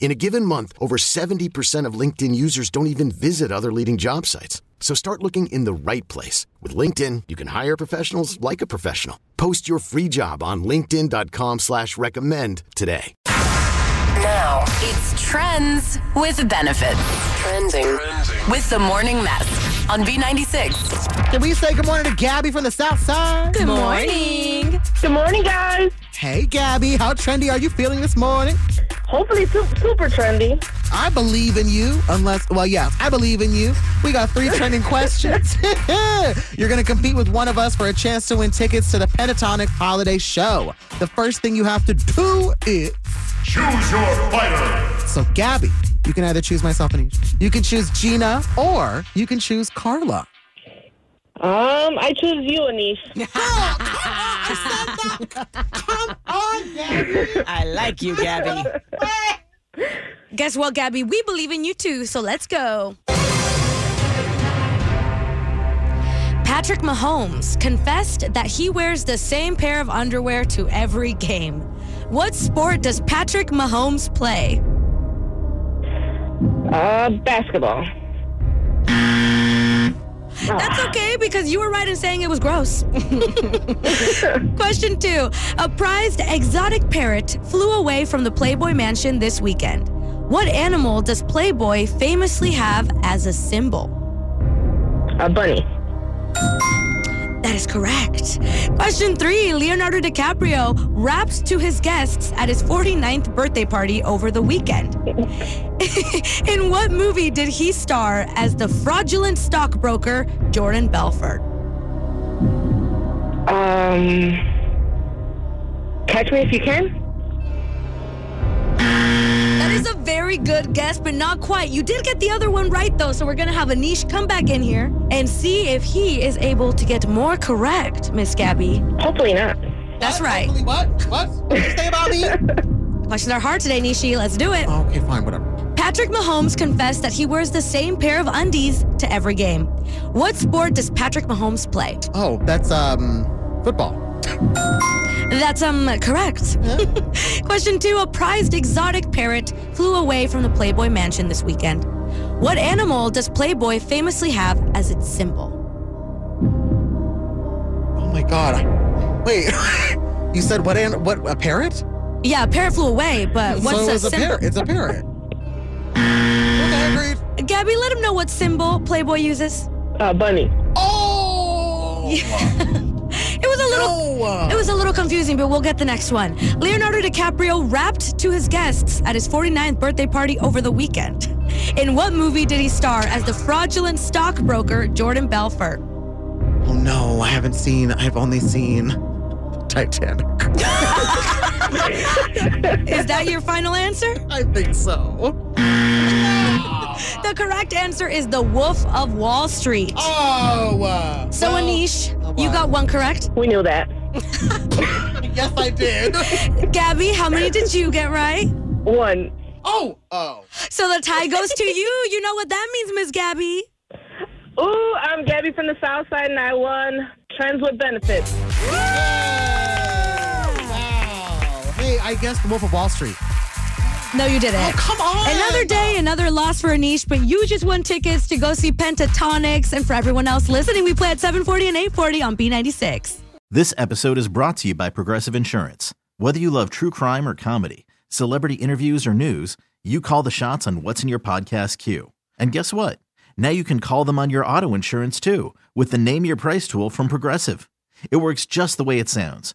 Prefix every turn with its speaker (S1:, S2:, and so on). S1: In a given month, over 70% of LinkedIn users don't even visit other leading job sites. So start looking in the right place. With LinkedIn, you can hire professionals like a professional. Post your free job on linkedin.com/recommend slash recommend today.
S2: Now it's trends with benefits. Trending, with the morning mess on B96.
S3: Can we say good morning to Gabby from the South Side?
S2: Good morning.
S4: Good morning, guys.
S3: Hey, Gabby, how trendy are you feeling this morning?
S4: Hopefully, su- super trendy.
S3: I believe in you, unless, well, yes, I believe in you. We got three trending questions. You're going to compete with one of us for a chance to win tickets to the Pentatonic Holiday Show. The first thing you have to do is.
S5: Choose your fighter.
S3: So, Gabby, you can either choose myself and each. You can choose Gina or you can choose Carla.
S4: Um, I choose you, Anish.
S6: I like you, Gabby. Guess what, Gabby? We believe in you too, so let's go. Patrick Mahomes confessed that he wears the same pair of underwear to every game. What sport does Patrick Mahomes play?
S4: Uh, basketball.
S6: That's okay because you were right in saying it was gross. Question two A prized exotic parrot flew away from the Playboy mansion this weekend. What animal does Playboy famously have as a symbol?
S4: A bunny.
S6: That is correct. Question three Leonardo DiCaprio raps to his guests at his 49th birthday party over the weekend. in what movie did he star as the fraudulent stockbroker Jordan Belfort?
S4: Um, catch me if you can.
S6: That is a very good guess, but not quite. You did get the other one right, though, so we're going to have Anish come back in here and see if he is able to get more correct, Miss Gabby.
S4: Hopefully not.
S6: That's right.
S3: What? What? What did you say about me?
S6: Questions are hard today, Nishi. Let's do it.
S3: okay, fine, whatever.
S6: Patrick Mahomes confessed that he wears the same pair of undies to every game. What sport does Patrick Mahomes play?
S3: Oh, that's um football.
S6: That's um correct. Question two: A prized exotic parrot flew away from the Playboy mansion this weekend. What animal does Playboy famously have as its symbol?
S3: Oh my god. Wait. you said what an what a parrot?
S6: Yeah, a parrot flew away, but what's
S3: Hmm. so
S6: the
S3: it's a
S6: symbol?
S3: parrot. It's a parrot. okay, agreed.
S6: Gabby, let him know what symbol Playboy uses.
S4: Uh, bunny.
S3: Oh!
S6: It was a little
S3: No. uh,
S6: It was a little confusing, but we'll get the next one. Leonardo DiCaprio rapped to his guests at his 49th birthday party over the weekend. In what movie did he star as the fraudulent stockbroker Jordan Belfort?
S3: Oh no, I haven't seen. I've only seen Titanic.
S6: Is that your final answer?
S3: I think so.
S6: The correct answer is The Wolf of Wall Street.
S3: Oh. Uh,
S6: So,
S3: well,
S6: Anish,
S3: oh,
S6: you
S3: wow.
S6: got one correct.
S4: We knew that.
S3: Yes, I did.
S6: Gabby, how many did you get right?
S4: One.
S3: oh. Oh.
S6: So the tie goes to you. You know what that means, Miss Gabby.
S4: Ooh, I'm Gabby from the South Side, and I won Trends with Benefits.
S3: Wow. Hey, I guess the Wolf of Wall Street.
S6: No, you didn't.
S3: Come on.
S6: Another day, another loss for Anish, but you just won tickets to go see Pentatonics. And for everyone else listening, we play at 740 and 840 on B96.
S7: This episode is brought to you by Progressive Insurance. Whether you love true crime or comedy, celebrity interviews or news, you call the shots on what's in your podcast queue. And guess what? Now you can call them on your auto insurance too with the Name Your Price tool from Progressive. It works just the way it sounds.